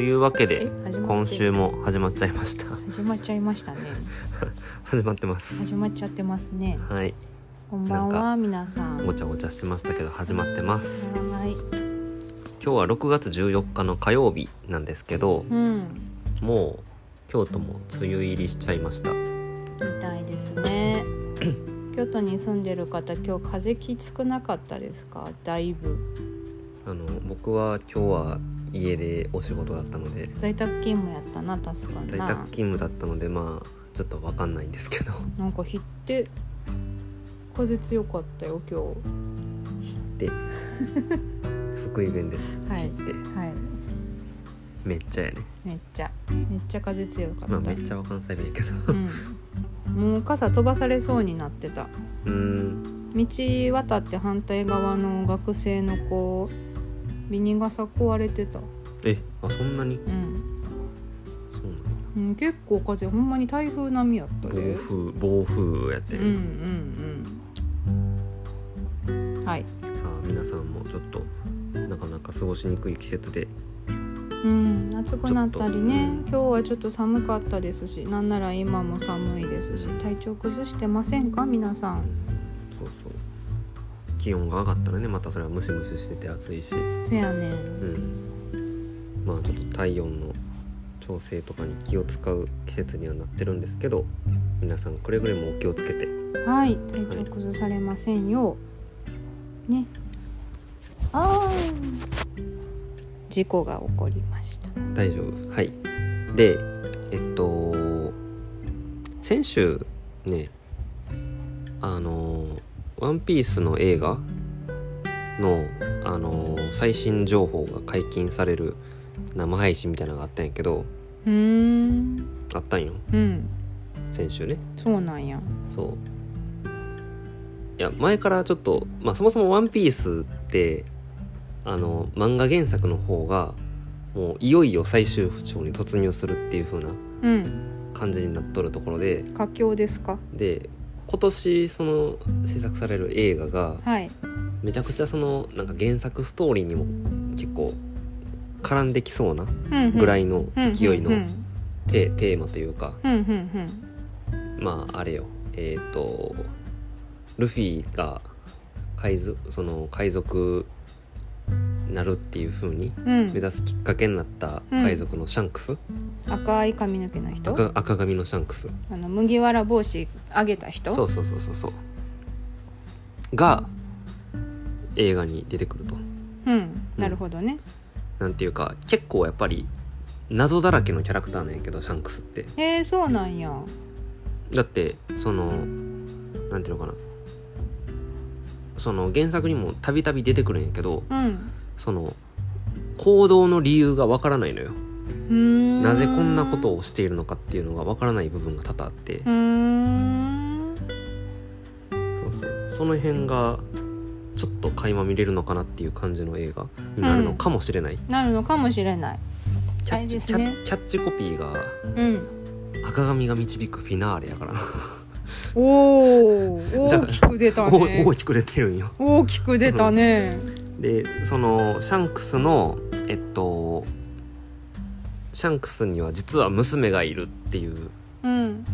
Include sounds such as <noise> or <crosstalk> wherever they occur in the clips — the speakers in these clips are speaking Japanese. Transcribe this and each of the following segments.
いうわけでえ始まってる今週も始まっちゃいました <laughs> 始まっちゃいましたね始まってます始まっちゃってますねはいこんばんは皆さんはごちゃごちゃしましたけど始まってますーい今日は6月14日の火曜日なんですけどうんもう京都も梅雨入りしちゃいましたみたいですね京都に住んでる方今日風邪きつくなかったですかだいぶあの僕は今日は家でお仕事だったので在宅勤務やったな確か在に宅な勤務だったのでまあちょっとわかんないんですけ <laughs> どなんかひって風強かったよ今で福井弁です、はい知って日はいめっちゃやねめっちゃめっちゃ風強かった、まあめっちゃは関西弁やけどうん、もう傘飛ばされそうになってたうーん道渡って反対側の学生の子ビニ傘壊れてた、えあそんなにうん、そうなのうん結構風ほんまに台風並みやった暴で風暴風やって、うんうんうんはいさあ皆さんもちょっとなかなか過ごしにくい季節でうん暑くなったりねちょっとうん今日はちょっと寒かったですしなんなら今も寒いですし体調崩してませんか皆さうんんそうそう気温が上がったらねまたそれはムシムシしてて暑いし、せやねうん、まあちょっと体温の調整とかに気を使う季節にはなってるんですけど皆さんくれぐれもお気をつけてはい体調崩されませんようねあー事故が起こりました大丈夫はいでえっと先週ねあの「ワンピースの映画のあの最新情報が解禁される生配信みたいなのがあったんやけどうーんあったんようん先週ねそうなんやそういや前からちょっと、まあ、そもそも「ワンピースってあの漫画原作の方がもういよいよ最終章に突入するっていう風なうん感じになっとるところで佳境ですかで今年その制作される映画がはいめちゃくちゃそのなんか原作ストーリーにも結構絡んできそうなぐらいの勢いのうんテテーマというかうんうんまああれよえっ、とルフィが海賊その海賊になるっていう風にうん目うん指すきっかけになった海賊のシャンクス、赤い髪の毛の人赤赤髪のシャンクスあの麦わら帽子あげた人そうそうそうそうそうが映画に出てくるとうんなるほどねなんていうか結構やっぱり謎だらけのキャラクターなんやけどシャンクスってへえそうなんやだってそのなんていうのかなその原作にもたびたび出てくるんやけどうんその行動の理由がわからないのようーんなぜこんなことをしているのかっていうのがわからない部分が多々あってうーんそうそうその辺がちょっと垣間見れるのかなっていう感じの映画になるのかもしれない、なるのかもしれないキャッチあれですねキャッチコピーがうん「赤髪が導くフィナーレ」やからなおー大きく出 <laughs> たね大きく出てるんよ大きく出たねでそのシャンクスのえっとシャンクスには実は娘がいるっていううん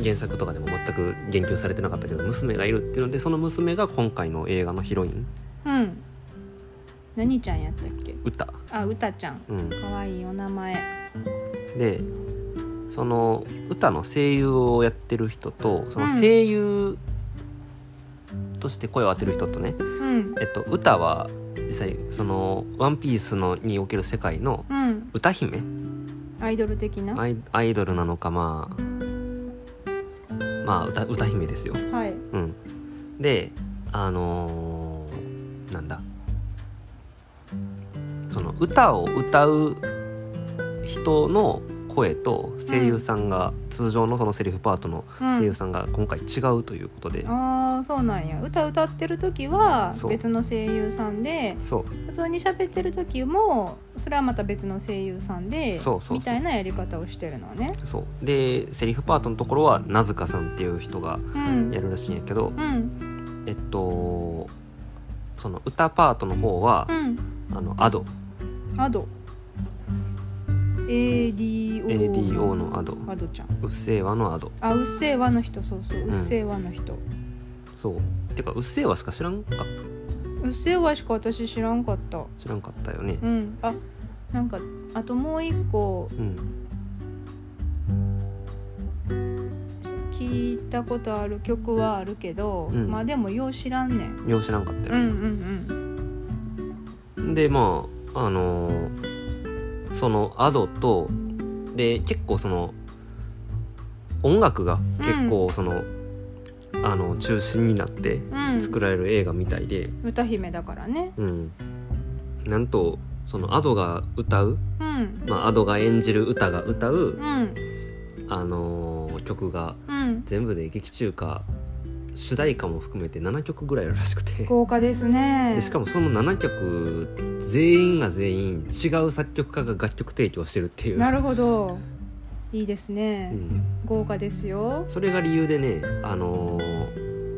原作とかでも全く言及されてなかったけど娘がいるっていうのでその娘が今回の映画のヒロインうん何ちゃんやったっけ歌あうたちゃんうんかわいいお名前でその歌の声優をやってる人とその声優として声を当てる人とね、うんえっと、歌は実際その「ワンピースのにおける世界のうん歌姫アイドル的なはアイアイドルなのかまあまあ歌歌姫ですよ。いうん、であのーなんだその歌を歌う人の声と声優さんが、通常のそのセリフパートのう声優んさんが今回違うということで、あーそうなんや歌歌ってる時はそう別の声優さんでそう普通に喋ってる時もそれはまた別の声優さんでそうそうそうみたいなやり方をしてるのねそうでセリフパートのところはなずかさんっていう人がうんやるらしいんやけど、うんえっとその歌パートの方はう、んあのアドアド ADO ADO のアドアドちゃんうっせぇわのアドあうっせぇわの人そうそううっせぇわの人、そうてかうっせぇわしか知らんかっうっせぇわしか私知らんかった知らんかったよねうんあなんかあともう一個うん聞いたことある曲はあるけど、うんまあでもよう知らんねんよう知らんかったうよんね、うんでまああのーそのアドとで結構その音楽が結構その、あの中心になってうんうん作られる映画みたいで、歌姫だからねうん、なんとそのアドが歌う、うんまあ、アドが演じる歌が歌うう、んあのー曲がうん全部で劇中歌主題歌も含めて7曲ぐらいあるらしくて。豪華ですねでしかもその7曲全員が全員違う作曲家が楽曲提供してるっていうなるほどいいですうね、ん、豪華ですよそれが理由でね、あのー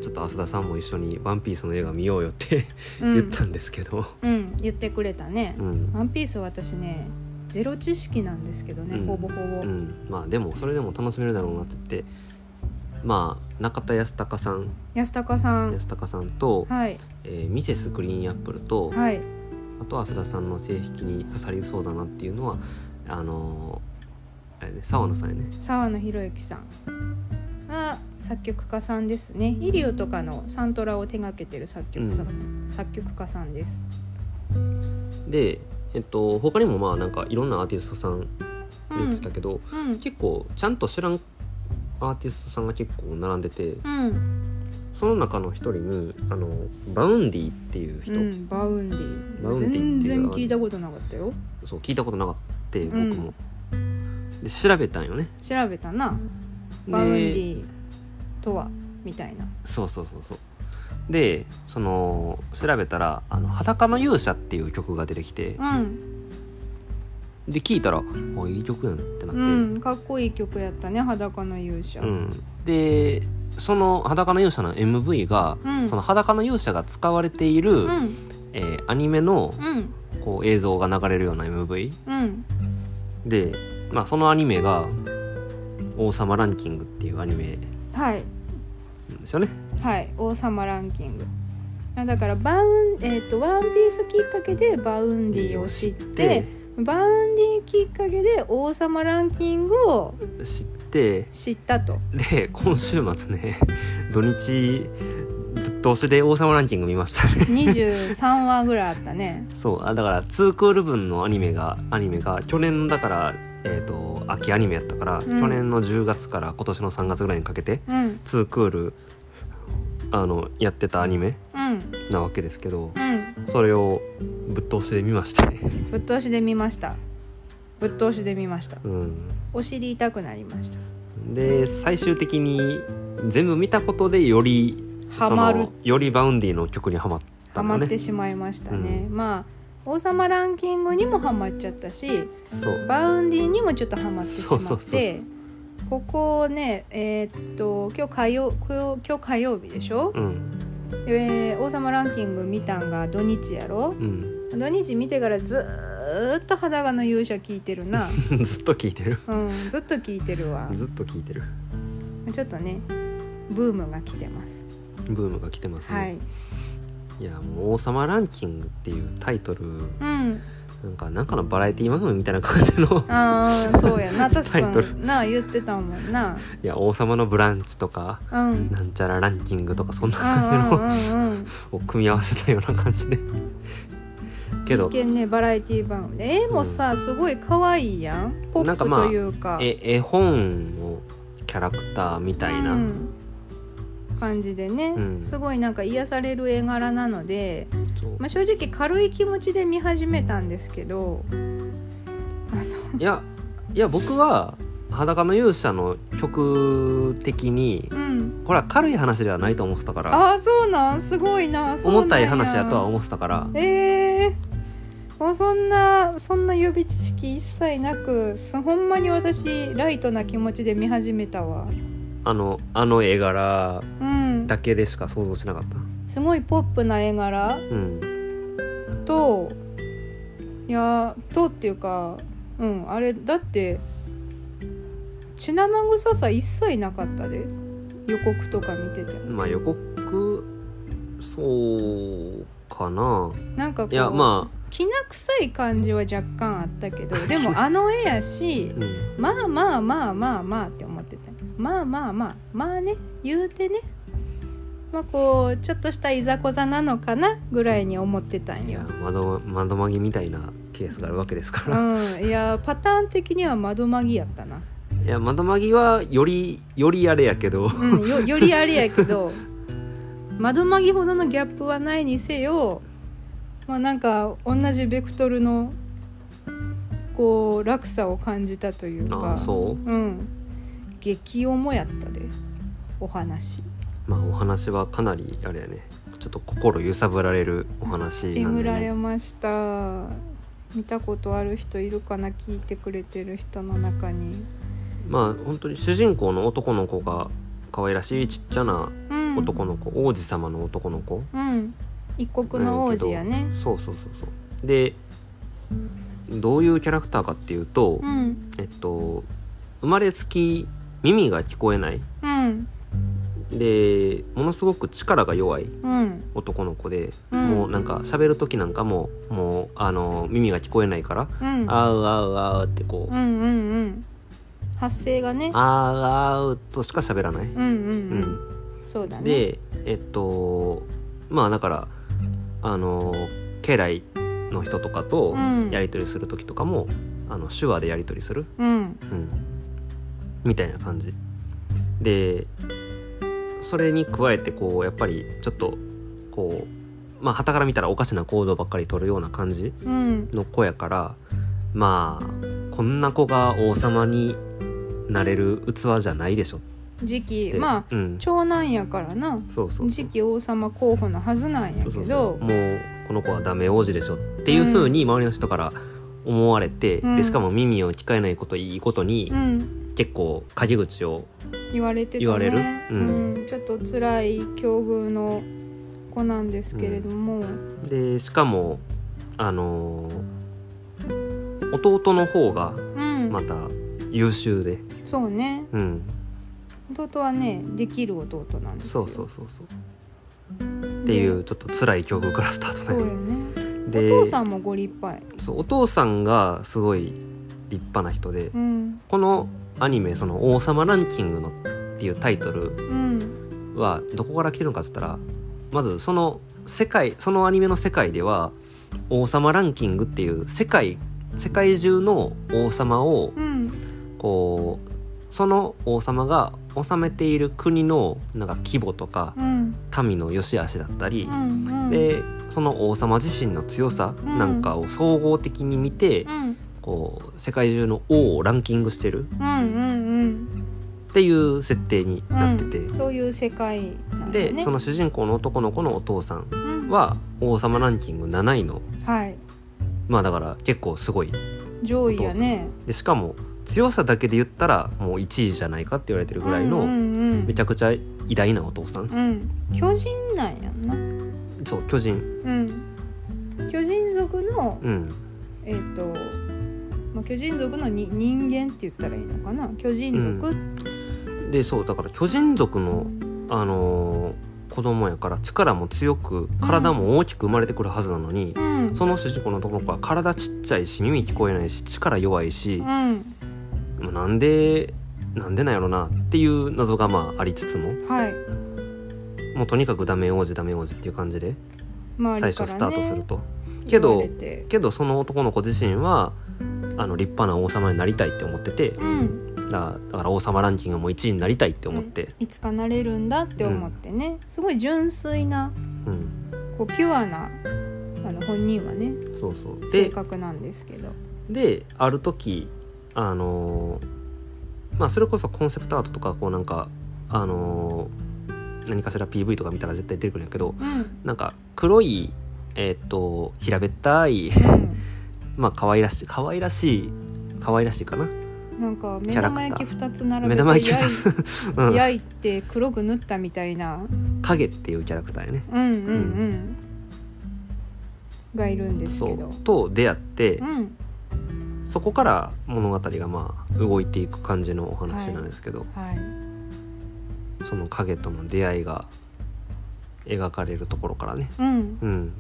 ちょっと浅田さんも一緒に「ワンピースの映画見ようよってうん言ったんですけど、うん言ってくれたねう、んワンピースは私ねゼロ知識なんですけどね、うんほぼほぼ、うんまあでもそれでも楽しめるだろうなって言ってまあ中田泰孝さん安高さん泰孝さんと、はいえーミセスグリーンアップルと、はいあとは浅田さんの性癖に刺さりそうだなっていうのはあのーあれね澤野さんやね沢野博之さんが作曲家さんですねイリオとかのサントラを手掛けてる作曲さ、う作曲家さんですで、えっと、他にもまあなんかいろんなアーティストさんうん出てたけど、うん結構ちゃんと知らんアーティストさんが結構並んでてうん、その中の一人にあのバウンディっていうう人、ん、バウンディバウンディっていう全然聞いたことなかったよそう聞いたことなかった僕んも、で調べたんよね調べたなでバウンディとはみたいなそうそうそうそうでその調べたら「あの裸の勇者」っていう曲が出てきてうん、で聞いたら「あいい曲やん」ってなって、うん、かっこいい曲やったね「裸の勇者」うん、でその「裸の勇者」の MV が、うんその「裸の勇者」が使われている、うんえーアニメのうんこう映像が流れるような MV うんで、まあ、そのアニメが「王様ランキング」っていうアニメはいなんですよね。はい王様ランキングあだからバウン、えー、とワンピースきっかけでバウンディを知ってバウンディきっかけで王様ランキングを知って知ったとで今週末ね <laughs> 土日同士で「王様ランキング」見ましたね。 23話ぐらいあったね <laughs> そうあだから2クール分のアニメがアニメが去年のだから、えー、と秋アニメやったから、ん去年の10月から今年の3月ぐらいにかけてうん2クールあのやってたアニメうんなわけですけどうんそれをぶっ通しで見まして、 <laughs> ぶっ通しで見ましたぶっ通しで見ましたうん、お尻痛くなりましたで最終的に全部見たことでよりハマそるのよりバウンディの曲にはまったハんマだってねしまいましたね、まあ王様ランキングにもハマっちゃったしそうバウンディにもちょっとハマってしまってそうそうそうそうここをねえーっと今日火曜今日今日火曜日でしょ、うんで王様ランキング見たんが土日やろう土日見てからずーっと裸の勇者聞いてる <laughs> な、ん <laughs> ずっと聴いてるうん、ずっと聞いてるわずっと聴いてるちょっとねブームが来てます、ブームが来てますね、はいいやもう「王様ランキング」っていうタイトルうんなんかなんかのバラエティ番組みたいな感じの <laughs> ああそうやな確かタイトルにな言ってたもんないや王様のブランチとかうんうんなんちゃらランキングとかそんなうん感うんうんじのを組み合わせたような感じでけど一見ねバラエティ番組で絵もさ、すごい可愛いやんポなッんかプまあというかえ絵本のキャラクターみたいな、うん感じでね、うんすごいなんか癒される絵柄なので、そうまあ、正直軽い気持ちで見始めたんですけどいやいや僕は「裸の勇者」の曲的にうんこれは軽い話ではないと思ってたからああそうなんすごいなそうなん重たい話やとはう思ってたからえーもうそんなそんな予備知識一切なくすほんまに私ライトな気持ちで見始めたわあのあの絵柄うんだけでしか想像しなかった。すごいポップな絵柄うんといやとっていうかうんあれだって血生臭さ一切なかったで予告とか見ててまあ予告そうかななんかこういやまきな臭い感じは若干あった <laughs> けどでもあの絵やしあ、うん、まあまあまあまあまあって思ってたまあまあまあまあね言うてねまあこうちょっとしたいざこざなのかなぐらいに思ってたんいよや。窓窓まぎみたいなケースがあるわけですから、うん、いやパターン的には窓まぎやったな、いや窓まぎはよりよりあれやけ <laughs> どうん、よよりあれやけ <laughs> ど窓まぎほどのギャップはないにせよまあなんか同じベクトルのこう落差を感じたというあかあそううん激重やったでお話まあお話はかなりあれやねちょっと心揺さぶられるお話なん眠で、られね、ました見たことある人いるかな聞いてくれてる人の中に、まあ本当に主人公の男の子が可愛らしいちっちゃなうん、男の子、王子様の男の子うん一国の王子やねそうそうそうそうでどういうキャラクターかっていうと、うんえっと生まれつき耳が聞こえないうんでものすごく力が弱いうん男の子で、うんもうなんか喋る時なんかももうあの耳が聞こえないからうん「あうあうあう」ってこううんうんうん発声が「ねあうあう」としか喋らない。うんうんううん、ん、そうだねでえっとまあだからあの家来の人とかとうんやり取りする時とかも、あの手話でやり取りするうんうん、みたいな感じでそれに加えてこうやっぱりちょっとこうまあはから見たらおかしな行動ばっかり取るような感じうんの子やからまあこんな子が王様になれる器じゃないでしょっ時期てまあうん、長男やからなそうそうそう次期王様候補のはずなんやけそうどそうもうこの子はダメ王子でしょっていうふうに周りの人から思われて、うんでしかも耳を聞かえないこといいことにうん結構陰口を言われてたね言われるううんんちょっと辛い境遇の子なんですけれども、でしかもあのー弟の方がうんまた優秀で、そうねうん、弟はねできる弟なんですよそうそうそうそうっっていうちょっと辛い境遇からスタートそうだよよね。ねおで父さんもご立派やそうお父さんがすごい立派な人で、うんこのアニメ「その王様ランキングの」っていうタイトルうんはどこから来てるのかっつったらまずその世界そのアニメの世界では王様ランキングっていう世界世界中の王様をうんこうその王様が治めている国のなんか規模とかうん民の良し悪しだったりう、んうんでその王様自身の強さうんなんかを総合的に見て、うんこう世界中の王をランキングしてるうんうんっていう設定にうんなってて、うんそういう世界なんだで、ねその主人公の男の子のお父さんうんは王様ランキング7位のはいまあだから結構すごい上位やねでしかも強さだけで言ったらもう1位じゃないかって言われてるぐらいうんうのんうんめちゃくちゃ偉大なお父さんうん巨人なんやんなそう巨人うん巨人族のうん、えっ、と、まあ、巨人族のに人間って言ったらいいのかな巨人族、でそうだから巨人族の、あのー子供やから力も強く体も大きく生まれてくるはずなのにう、んその主人公の男の子は体ちっちゃいし耳聞こえないし力弱いし、うんもうなんでなんでなんやろなっていう謎がまあありつつもはいもうとにかくダメ王子ダメ王子っていう感じで周最りか初ら、ね、スタートすると。けど言われてけどその男の子自身はあの立派な王様になりたいって思っててうんだからだから王様ランキングも1位になりたいって思って、いつかなれるんだって思ってね、すごい純粋なうんこうピュアなあの本人はねそうそう性で格なんですけどである時あのーまあそれこそコンセプトアートとかこうなんかあのー何かしら PV とか見たら絶対出てくるんやけどうん、なんか黒いえーっと平べったいまあ可愛らしい可愛らしい可愛らしいかなうん、なんか目玉焼きキ二つ並目べて玉焼き2焼いつ、うん、焼いて黒く塗ったみたいな影っていうキャラクターやねうんうんうんがいるんですそけどうと出会ってうんそこから物語がまあ動いていく感じのお話なんですけど、はいその影との出会いが描かれるところからねうんうん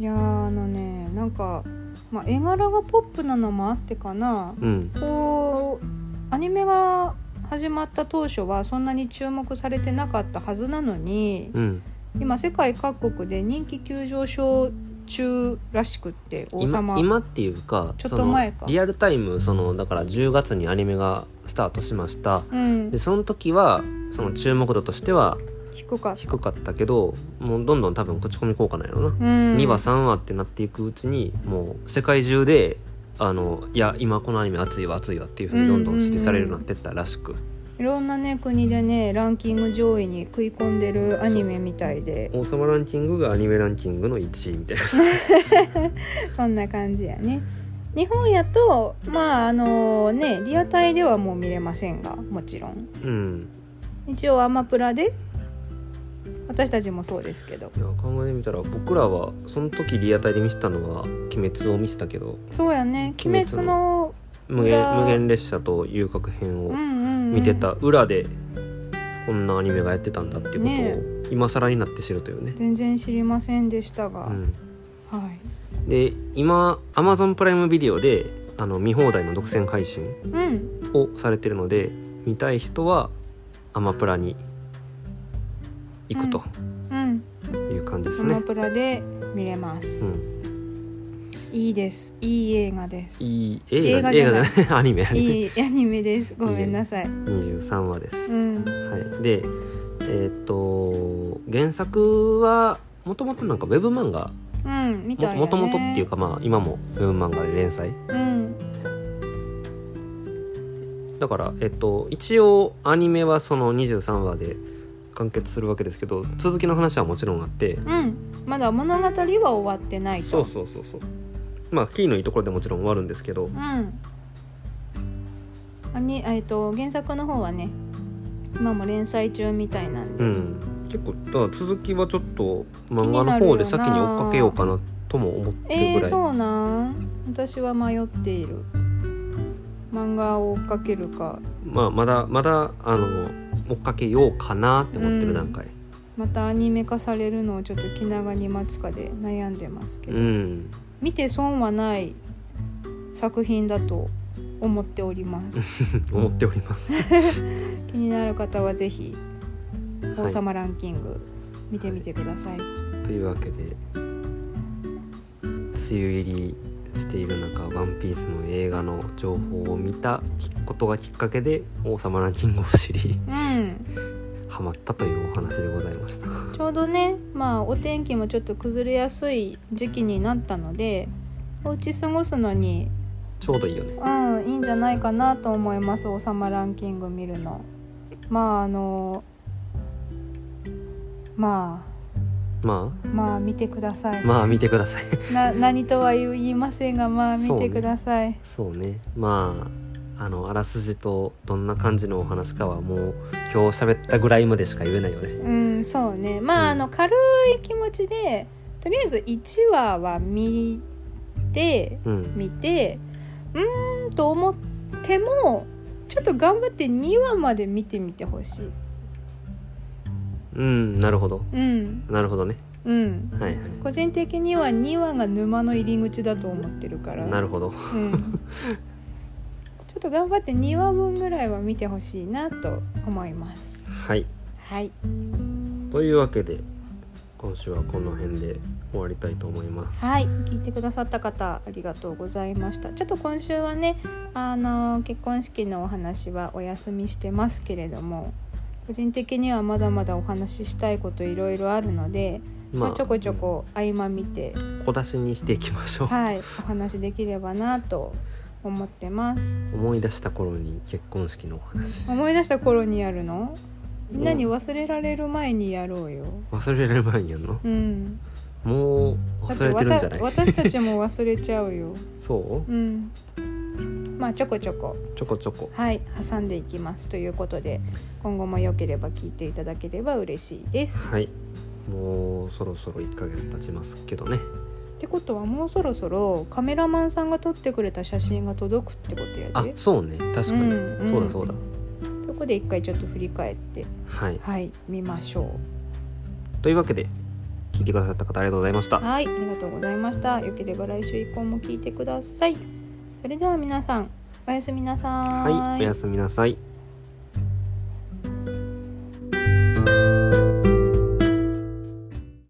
いやーあのねなんか、まあ、絵柄がポップなのもあってかなうんこうアニメが始まった当初はそんなに注目されてなかったはずなのにうん今世界各国で人気急上昇中らしくって王様今今っていうかちょっと前かそのリアルタイムそのだから10月にアニメがスタートしましたうんで、その時はその注目度としては低かった、低かったけどもうどんどん多分口コミ効果なんやろな、うん、 2話3話ってなっていくうちにもう世界中であのいや今このアニメ熱いわ熱いわっていうふうにどんどん支持されるようになってったらしく、いろんなね国でねランキング上位に食い込んでるアニメみたいで王様ランキングがアニメランキングの1位み <laughs> たいなそんな感じやね日本やとまああのねリアタイではもう見れませんがもちろんうん一応アマプラで私たちもそうですけどいや考えてみたら僕らはその時リアタイで見てたのは「鬼滅」を見てたけどそうやね鬼鬼滅滅の無うわ限ー無限列車と遊郭編をうんうん、うん、見てた裏でこんなアニメがやってたんだっていうねことを今更になって知るというね。全然知りませんでしたうが、ん、はいで今 Amazon プライムビデオであの見放題の独占配信うんをされてるので見たい人はアマプラに行くとうんいう感じでアすマね。プラで見れます、うん、いいですいい映画ですいい映画映画映じ画じゃゃなないい <laughs> アニメアニメいいアニメですごめんなさい23話でうす。んはい、でえーっと原作はもともとなんかウェブ漫画うんみたいもねもともとっていうかまあ今もウェブ漫画で連載うんだから、えっと、一応アニメはその23話で完結するわけですけど続きの話はもちろんあって、うんまだ物語は終わってないとそうそうそうそうまあキーのいいところでもちろん終わるんですけどうんあにえっと原作の方はね今も連載中みたいなんで、うん結構だから続きはちょっと漫気に画なのる方よなで先に追っかけようかなとも思ってるえぐー、らい、そうなん私は迷っている漫画を追っかけるかまあまだまだあの追っかけようかなって思ってる段階またアニメ化されるのをちょっと気長に待つかで悩んでますけうど、ん、見て損はない作品だと思っております思っております気になる方はぜひ「王様ランキング」見てみてください、というわけで梅雨入りしている中「ワンピースの映画の情報を見たことがきっかけで「王様ランキング」を知りうん、ハマったというお話でございましたちょうどねまあお天気もちょっと崩れやすい時期になったのでお家過ごすのにちょうどいいよねうんいいんじゃないかなと思います「王様ランキング」見るのまああのままあまあ見てください、あまあ見てください <laughs> な何とは言いませんがまあそ見うねてください、そうねまああのあらすじとどんな感じのお話かはもう今日喋ったぐらいまでしか言えないよねうんそうねまあ,、うんあの軽い気持ちでとりあえず1話は見てうん見てうーんと思ってもちょっと頑張って2話まで見てみてほしいうんなるほどうんなるほどねうんはいはい個人的には2話が沼の入り口だと思ってるからなるほどうん、ちょっと頑張って2話分ぐらいは見てほしいなと思いますはいはいというわけで今週はこの辺で終わりたいと思いますはい、聞いてくださった方ありがとうございました。ちょっと今週はね、あの結婚式のお話はお休みしてますけれども、個人的にはまだまだお話ししたいこといろいろあるので、まあ、ちょこちょこ合間見て、 <laughs> 小出しにしていきましょうはい、お話できればなと思ってます。思い出した頃に結婚式のお話思い出した頃にやるの？みんなにうん忘れられる前にやろうよ。忘れられる前にやるのうん。もうだっ忘れてるんじゃないわた私たちも忘れちゃうよ。そううん。まあちょこちょこ。ちょこちょこはい、挟んでいきますということで今後も良ければ聞いていただければ嬉しいです。はいもうそろそろ1ヶ月経ちますけどねっってことはもうそろそろカメラマンさんが撮ってくれた写真が届くってことやあでそうね確かに、うんうんそうだそうだそこで一回ちょっと振り返ってはいはい見ましょというわけで聞いてくださった方ありがとうございましうたはいありがとうございましたよければ来週以降も聞いてくださいそれでは皆さんおやすみなさーはいおやすみなさい